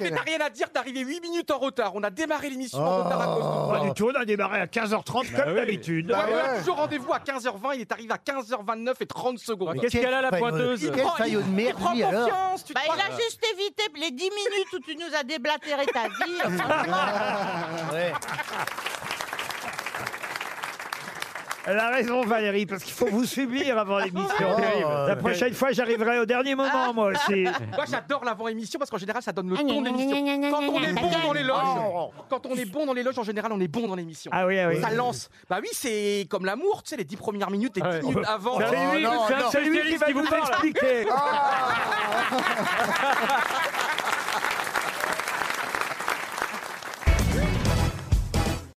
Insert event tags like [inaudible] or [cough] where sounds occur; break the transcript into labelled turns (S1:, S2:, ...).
S1: mais t'as rien à dire d'arriver 8 minutes en retard. On a démarré l'émission en retard à cause de toi.
S2: Pas du tout, on a démarré à 15h30 comme d'habitude.
S1: Ouais, mais on a toujours rendez-vous à 15h20, il est arrivé à 15h29 et 30 secondes.
S2: Qu'est-ce qu'elle a la pointeuse Oh,
S1: Il prend, il-
S3: faillot de
S1: il
S3: merde,
S1: prend
S3: lui, alors
S1: confiance, tu te
S4: Bah,
S1: crois-
S4: il a juste évité les 10 minutes où tu nous as déblatéré ta vie.
S1: [laughs]
S4: Franchement,
S2: Elle a raison Valérie, parce qu'il faut vous subir avant l'émission.
S3: Oh.
S2: La prochaine fois, j'arriverai au dernier moment, moi aussi.
S1: Moi j'adore l'avant-émission parce qu'en général ça donne
S4: Ah,
S1: le ton de l'émission. Quand on est bon dans les
S3: Oh.
S1: loges, [laughs] quand on est bon dans les loges, en général on est bon dans l'émission.
S2: Ah oui, ah oui.
S1: Ça lance. Bah oui, c'est comme l'amour, tu sais, les 10 premières minutes, les 10 minutes avant. Oh,
S2: C'est lui, c'est lui qui va vous expliquer.